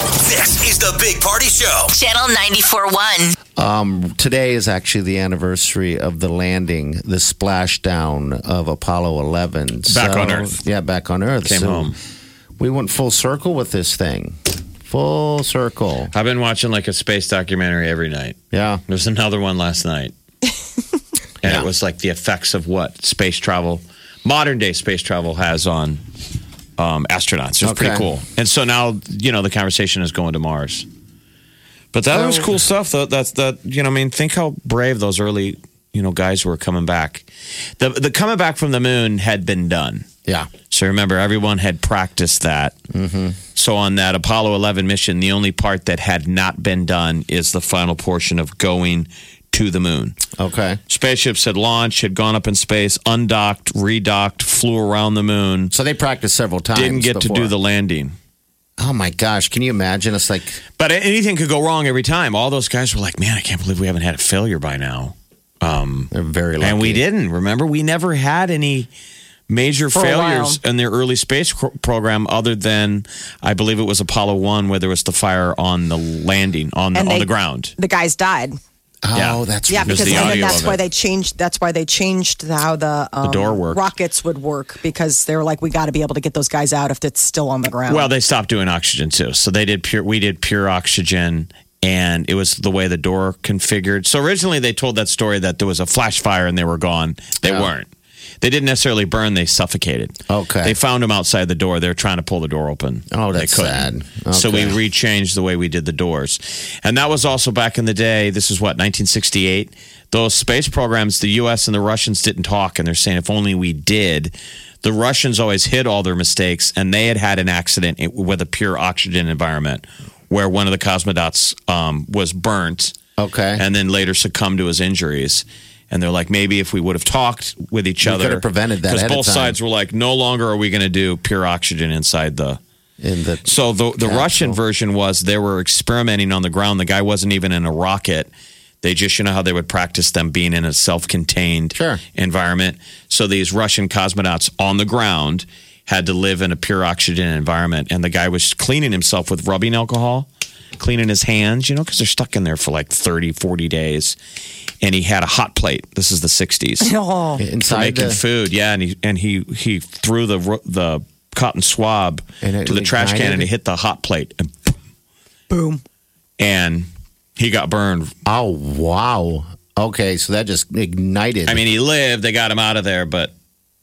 This is the Big Party Show. Channel 94.1. Today is actually the anniversary of the landing, the splashdown of Apollo 11. Back on Earth. Yeah, back on Earth. Came home. We went full circle with this thing. Full circle. I've been watching like a space documentary every night. Yeah. There's another one last night. and Yeah. it was like the effects of what space travel, modern day space travel has on um, astronauts. It was Okay. pretty cool. And so now, you know, the conversation is going to Mars. But that was cool stuff. Though that's that you know, I mean, think how brave those early you know guys were coming back. The the coming back from the moon had been done. Yeah. So remember, everyone had practiced that. Mm-hmm. So on that Apollo 11 mission, the only part that had not been done is the final portion of going to the moon. Okay. Spaceships had launched, had gone up in space, undocked, redocked, flew around the moon, So they practiced several times. didn't get to do before. the landing. Oh my gosh. Can you imagine? It's like, But anything could go wrong every time. All those guys were like, man, I can't believe we haven't had a failure by now. they're very lucky. And we didn't. Remember, we never had any major For a failures in the early space cr- program, other than I believe it was Apollo One, where there was the fire on the landing on the, on they- the ground. The guys died. Oh, Yeah. that's Yeah, right. There's because the and then audio that's of why it. they changed. That's why they changed how the, um, door worked. rockets would work because they were like, we got to be able to get those guys out if it's still on the ground. Well, they stopped doing oxygen too, so they did pure. We did pure oxygen. And it was the way the door configured. So originally, they told that story that there was a flash fire and they were gone. They Yeah. weren't. They didn't necessarily burn. They suffocated. Okay. They found them outside the door. They were trying to pull the door open. Oh, They that's couldn't. sad. So we Okay. rechanged the way we did the doors. And that was also back in the day. This is what, 1968? Those space programs, the US and the Russians didn't talk. And they're saying, if only we did. The Russians always hid all their mistakes. And they had had an accident with a pure oxygen environment where one of the cosmonauts um, was burnt Okay. and then later succumbed to his injuries. And they're like, maybe if we would have talked with each We other, could have prevented that Because ahead of both time. sides were like, no longer are we going to do pure oxygen inside the. in the, So the the Capsule. Russian version was they were experimenting on the ground. The guy wasn't even in a rocket. They just, you know, how they would practice them being in a self contained Sure. environment. So these Russian cosmonauts on the ground had to live in a pure oxygen environment. And the guy was cleaning himself with rubbing alcohol, cleaning his hands, you know, because they're stuck in there for like 30, 40 days. And he had a hot plate. This is the 60s oh, for inside making the, food. Yeah, and he and he he threw the ro- the cotton swab And it to the trash can ignited? and it hit the hot plate and boom. and he got burned. Oh, wow. Okay. So that just ignited. I mean, he lived. They got him out of there, but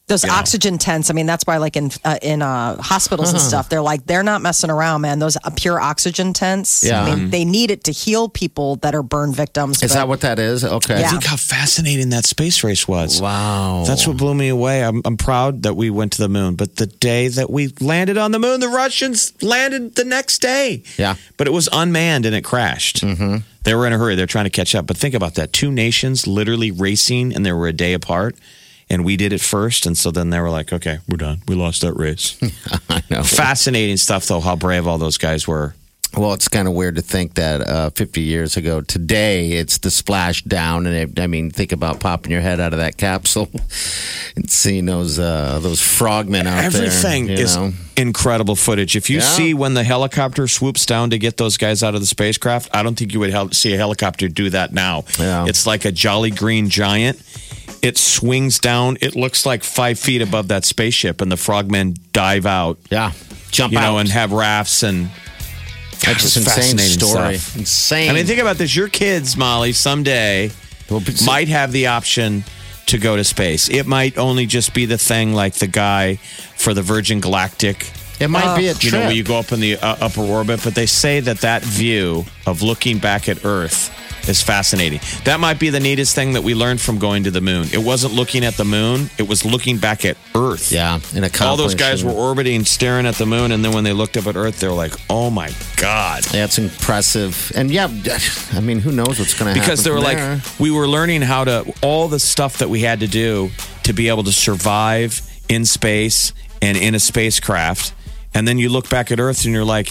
Those oxygen tents. I mean, that's why, like in uh, in uh, hospitals and stuff, they're like they're not messing around, man. Those uh, pure oxygen tents. Yeah. I mean, they need it to heal people that are burn victims. is but- that what that is? Okay. Yeah. think how fascinating that space race was. Wow. That's what blew me away. I'm, I'm proud that we went to the moon, but the day that we landed on the moon, the Russians landed the next day. Yeah. But it was unmanned and it crashed. Mm-hmm. They were in a hurry. They're trying to catch up. But think about that two nations literally racing and they were a day apart. And we did it first. And so then they were like, okay, we're done. We lost that race. I know. Fascinating stuff, though, how brave all those guys were. Well, it's kind of weird to think that uh, 50 years ago today, it's the splash down. And it, I mean, think about popping your head out of that capsule and seeing those uh, those frogmen out there. Everything you is know. incredible footage. If you Yeah. see when the helicopter swoops down to get those guys out of the spacecraft, I don't think you would hel- see a helicopter do that now. Yeah. It's like a jolly green giant. It swings down. It looks like five feet above that spaceship, and the frogmen dive out, Yeah. Jump you out. know, and have rafts. And That's just It's insane fascinating story. stuff. Insane. I mean, think about this: your kids, Molly, someday Well, but- might have the option to go to space. It might only just be the thing, like the guy for the Virgin Galactic. it might be a trip. you know, where you go up in the uh, upper orbit. But they say that that view of looking back at Earth is fascinating. That might be the neatest thing that we learned from going to the moon. It wasn't looking at the moon, it was looking back at Earth. Yeah, and accomplishing. All those guys were orbiting, staring at the moon, and then when they looked up at Earth, they were like, "Oh my god!" That's impressive. And yeah, I mean, who knows what's going to happen? Because they were from like, there. we were learning how to all the stuff that we had to do to be able to survive in space and in a spacecraft, and then you look back at Earth and you're like,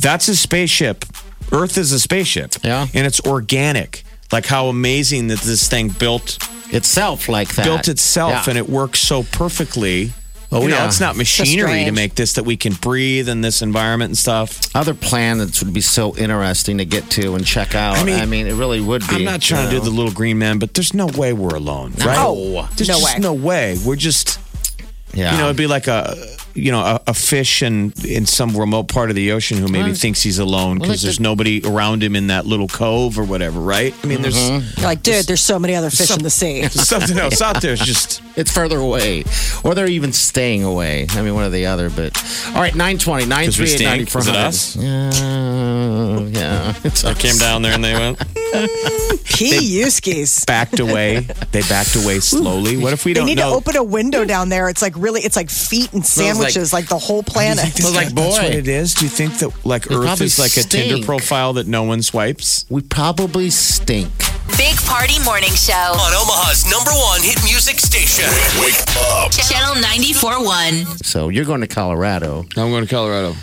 "That's a spaceship. Earth is a spaceship. Yeah. and it's organic. Like how amazing that this thing built." itself like that. built itself Yeah. and it works so perfectly. Oh, you know, yeah. it's not machinery to strange. make this that we can breathe in this environment and stuff. Other planets would be so interesting to get to and check out. I I mean, mean, it really would be. I'm not trying to do the little green man, but there's no way we're alone, right? No. there's No just way. no way. We're just, the. Yeah. you know, it'd be like a, you know, a, a fish in in some remote part of the ocean who maybe thinks he's alone because like there's the- nobody around him in that little cove or whatever, right? I mean, there's You're like, dude, there's so many other fish Some- in the sea. something else out there. It's just it's further away. Or they're even staying away. I mean, one or the other, but. All right, 920, because we 938, stink. Is it us? Yeah. yeah. It's I came down there and they went. He skis. backed away. They backed away slowly. What if we They don't need know? to open a window down there. It's like really, it's like feet and Smells like- sandwiches, like, the whole planet. Smells like That's what boy. it is. Do you think that like They Earth probably is like a Tinder stink. profile that no one swipes? We probably stink. Big Party Morning Show. On Omaha's number one hit music station. Wake up. Channel 94.1. So you're going to Colorado. I'm going to Colorado.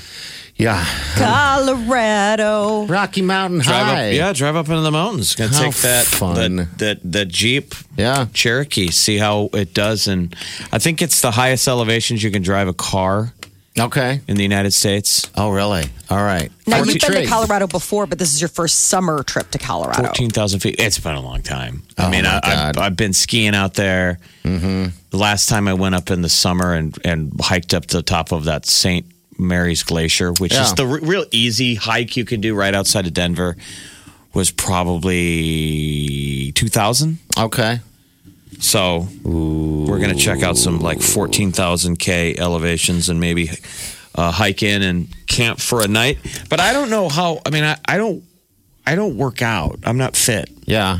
Yeah. Colorado. Rocky Mountain Drive High. up, yeah, drive up into the mountains. It's Gonna How take that, fun. that that that Jeep Yeah. Cherokee. See how it does, and I think it's the highest elevations you can drive a car Okay. in the United States. Oh, really? All right. Now, Aren't you you've been to intrigued? Colorado before, but this is your first summer trip to Colorado. Fourteen thousand feet. It's been a long time. Oh, I mean, my I, I've, God. Mm-hmm. I've been skiing out there. The last time I went up in the summer and and hiked up to the top of that St. Mary's Glacier, which is Yeah. the re- real easy hike you can do right outside of Denver, was probably two thousand. Okay. So we're gonna check out some like fourteen thousand k elevations and maybe uh, hike in and camp for a night. But I don't know how. I mean, I, I don't. I don't work out. I'm not fit. Yeah.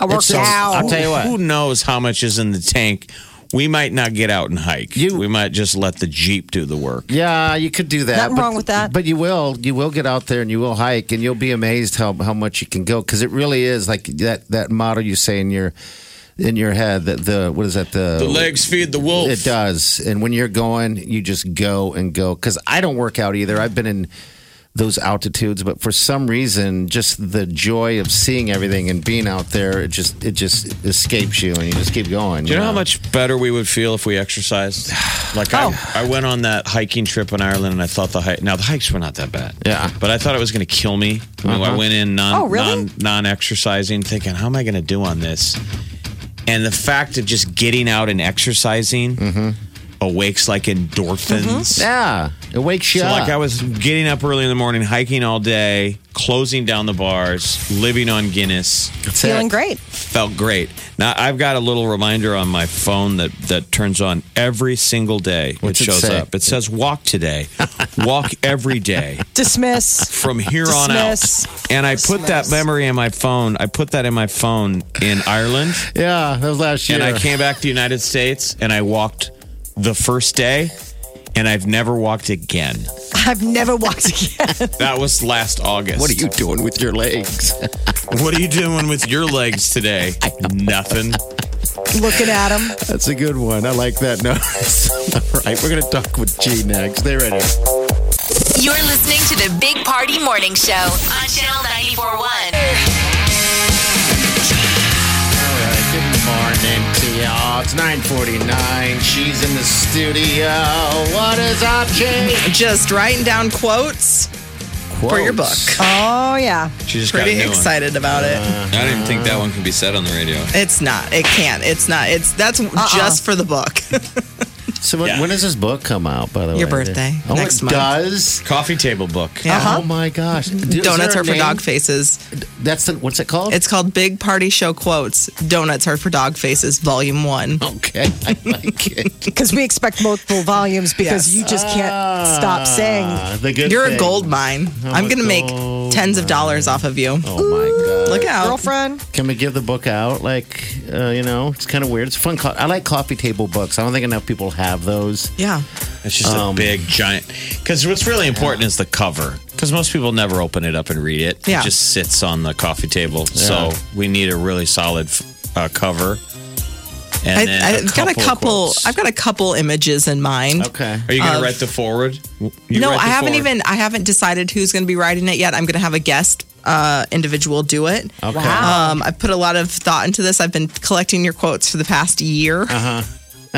I worked It's- out. I'll tell you what. Who knows how much is in the tank? We might not get out and hike. You- we might just let the Jeep do the work. Yeah, you could do that. Nothing but- wrong with that. But you will, you will get out there and you will hike, and you'll be amazed how how much you can go because it really is like that that motto you say in your in your head that the what is that the The legs feed the wolf. It does, and when you're going, you just go and go. Because I don't work out either. I've been in those altitudes, but for some reason, just the joy of seeing everything and being out there, it just it just escapes you, and you just keep going. Do you know how much better we would feel if we exercised? Like Oh. I, I went on that hiking trip in Ireland, and I thought the hike. Now the hikes were not that bad. Yeah. but I thought it was going to kill me. I, mean, I went in non Oh, really? non non exercising, thinking, how am I going to do on this? And the fact of just getting out and exercising Mm-hmm. awakes like endorphins. Yeah, it wakes you So up. like I was getting up early in the morning, hiking all day, closing down the bars, living on Guinness. That's Feeling it. great. Felt great. Now I've got a little reminder on my phone that that turns on every single day. What's it it shows say? up. It says walk today. walk every day Dismiss. from here on out. Dismiss. And I put that Dismiss. memory in my phone. I put that in my phone in Ireland Yeah, that was last year. and I came back to the United States and I walked the first day and I've never walked again. I've never walked again. That was last August. What are you doing with your legs? What are you doing with your legs today? Nothing. Looking at him. That's a good one. I like that notice. All right, we're going to talk with G next. They ready? You're listening to the Big Party Morning Show on Channel 94.1. All right, good morning to y'all. It's 949. She's in the studio. What is up, G? just writing down quotes. For your book. Oh, yeah. She just Pretty got a new Uh, excited about it. One. I didn't think that one could be said on the radio. It's not. It can't. It's not. It's that's Uh-uh. just for the book. So when, Yeah. when does this book come out, by the Your way? birthday, Oh, next it month. does? Coffee table book. Yeah. Oh, my gosh. Do- is Donuts there a are for name? dog faces. That's the, what's it called? It's called Big Party Show Quotes. Donuts are for dog faces, Volume One. Okay, I like it. Because we expect multiple volumes because Yes. you just can't stop saying Ah, the good You're a thing. gold mine. I'm I'm a gonna make gold tens of dollars off of you. Oh, my God. look out. Girlfriend, Can we give the book out? Like, uh, you know, it's kind of weird. It's a fun. Co- I like coffee table books. I don't think enough people have those. Yeah. Oh, It's just Um, a big giant. Because what's really important is the cover. Because most people never open it up and read it. Yeah. It just sits on the coffee table. Yeah. So we need a really solid f- uh, cover. And I, then I've got a couple. quotes. I've got a couple images in mind. Okay. Are you going to of- write the forward? You no, write the I haven't forward. even. I haven't decided who's going to be writing it yet. I'm going to have a guest uh, individual do it. Oh. Okay. Um, I've put a lot of thought into this. I've been collecting your quotes for the past year Uh-huh.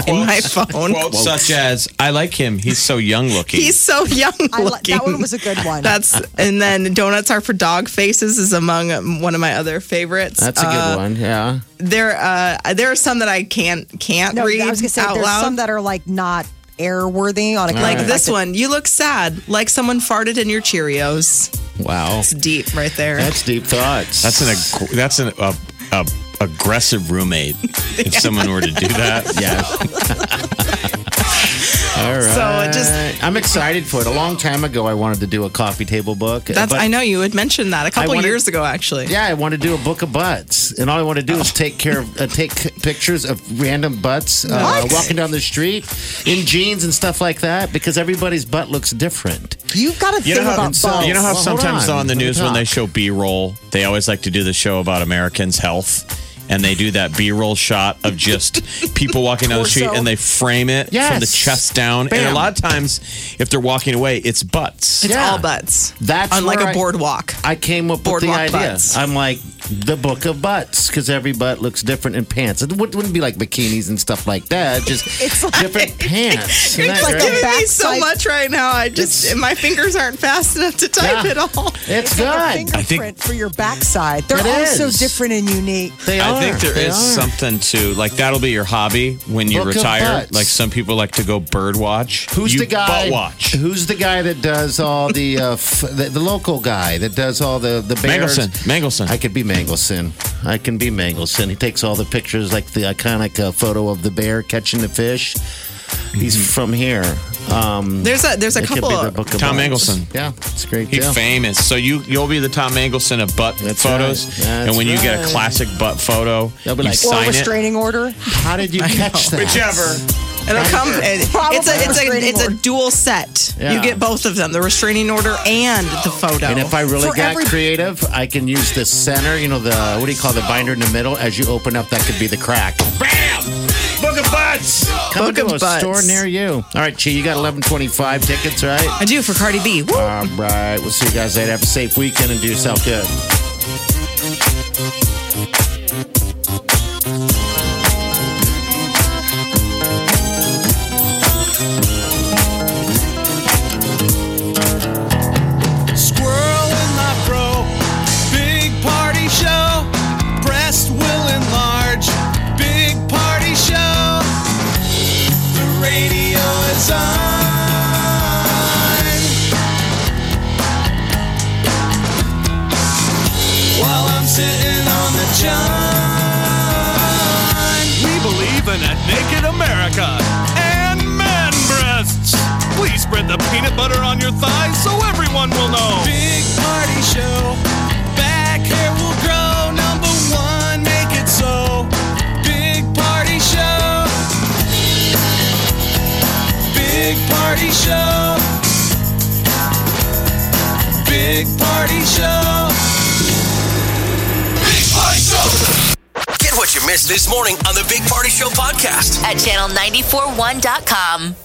in my phone. Quotes such as, I like him. He's so young looking. He's so young I, li- looking. that one was a good one. That's and then donuts are for dog faces is among um, one of my other favorites. That's a good Uh, one. Yeah. There, uh, there are some that I can't can't no, read I was gonna say out there's loud. some that are like not airworthy on a like like this one, you look sad, like someone farted in your Cheerios. Wow. It's deep right there. That's deep thoughts. That's an ag- that's an uh, uh, aggressive roommate. If someone were to do that, Yeah. All right. So it just- I'm excited for it. A long time ago, I wanted to do a coffee table book. uh, That's but- I know you had mentioned that a couple wanted- years ago, actually. Yeah, I want to do a book of butts, and all I want to Oh. do is take care of uh, take pictures of random butts uh, What? walking down the street in jeans and stuff like that because everybody's butt looks different. You've got to You think know how, about both. you know how Well, hold sometimes on. though on the Let me news when talk. they show B-roll, they always like to do the show about Americans' health, and they do that B-roll shot of just people walking down the street, Torso. and they frame it from the Yes. chest down. And Bam. a lot of times, if they're walking away, it's butts. It's Yeah. all butts. That's on like where a I- boardwalk. I came up with the Boardwalk idea. butts. I'm like the book of butts because every butt looks different in pants. It wou- wouldn't be like bikinis and stuff like that. Just It's like- different pants. Isn't It's that like great? giving me back so side- much right now. I just It's- my fingers aren't fast enough to type Yeah. it all. It's Your good. fingerprint I think- for your backside. They're It all so is. different and unique. They are. I think there They is are. something to like that'll be your hobby when you Book of retire. butts. Like some people like to go bird watch. Who's You the guy? Butt watch. Who's the guy that does all the uh, f- the, the local guy that does all the the bears? Mangelson. Mangelson. I could be Mangelson. I can be Mangelson. He takes all the pictures, like the iconic uh, photo of the bear catching the fish. He's Mm-hmm. from here. Um, There's a there's a it could couple. be the book of Tom Bones. Mangelson. Yeah, it's a great. He's deal. famous. So you you'll be the Tom Mangelson of butt That's photos. right. That's and when you get a right. classic butt photo, They'll be you like, Or a sign it. restraining order. How did you catch that? Whichever. It'll come. It, Probably it's a it's a restraining it's a order. dual set. Yeah. You get both of them: the restraining order and the photo. And if I really For got every- creative, I can use the center, you know, the, what do you call the binder in the middle? As you open up, that could be the crack. Bam! Book of butts. Come Book to of a butts. store near you. All right, Chi, you got 1125 tickets, right? I do for Cardi B. Woo. All right, we'll see you guys later. Have a safe weekend and do yourself good. Squirrel in my fro. Big party show. Breast will enlarge. Big party show. The radio is on. While I'm sitting on the john. We believe in a naked America and man breasts. Please spread the peanut butter on your thighs so everyone will know. Big party show. Back hair will grow. Number one, make it so. Big party show. Big party show. Big party show. Get what you missed this morning on the Big Party Show podcast. at channel941.com.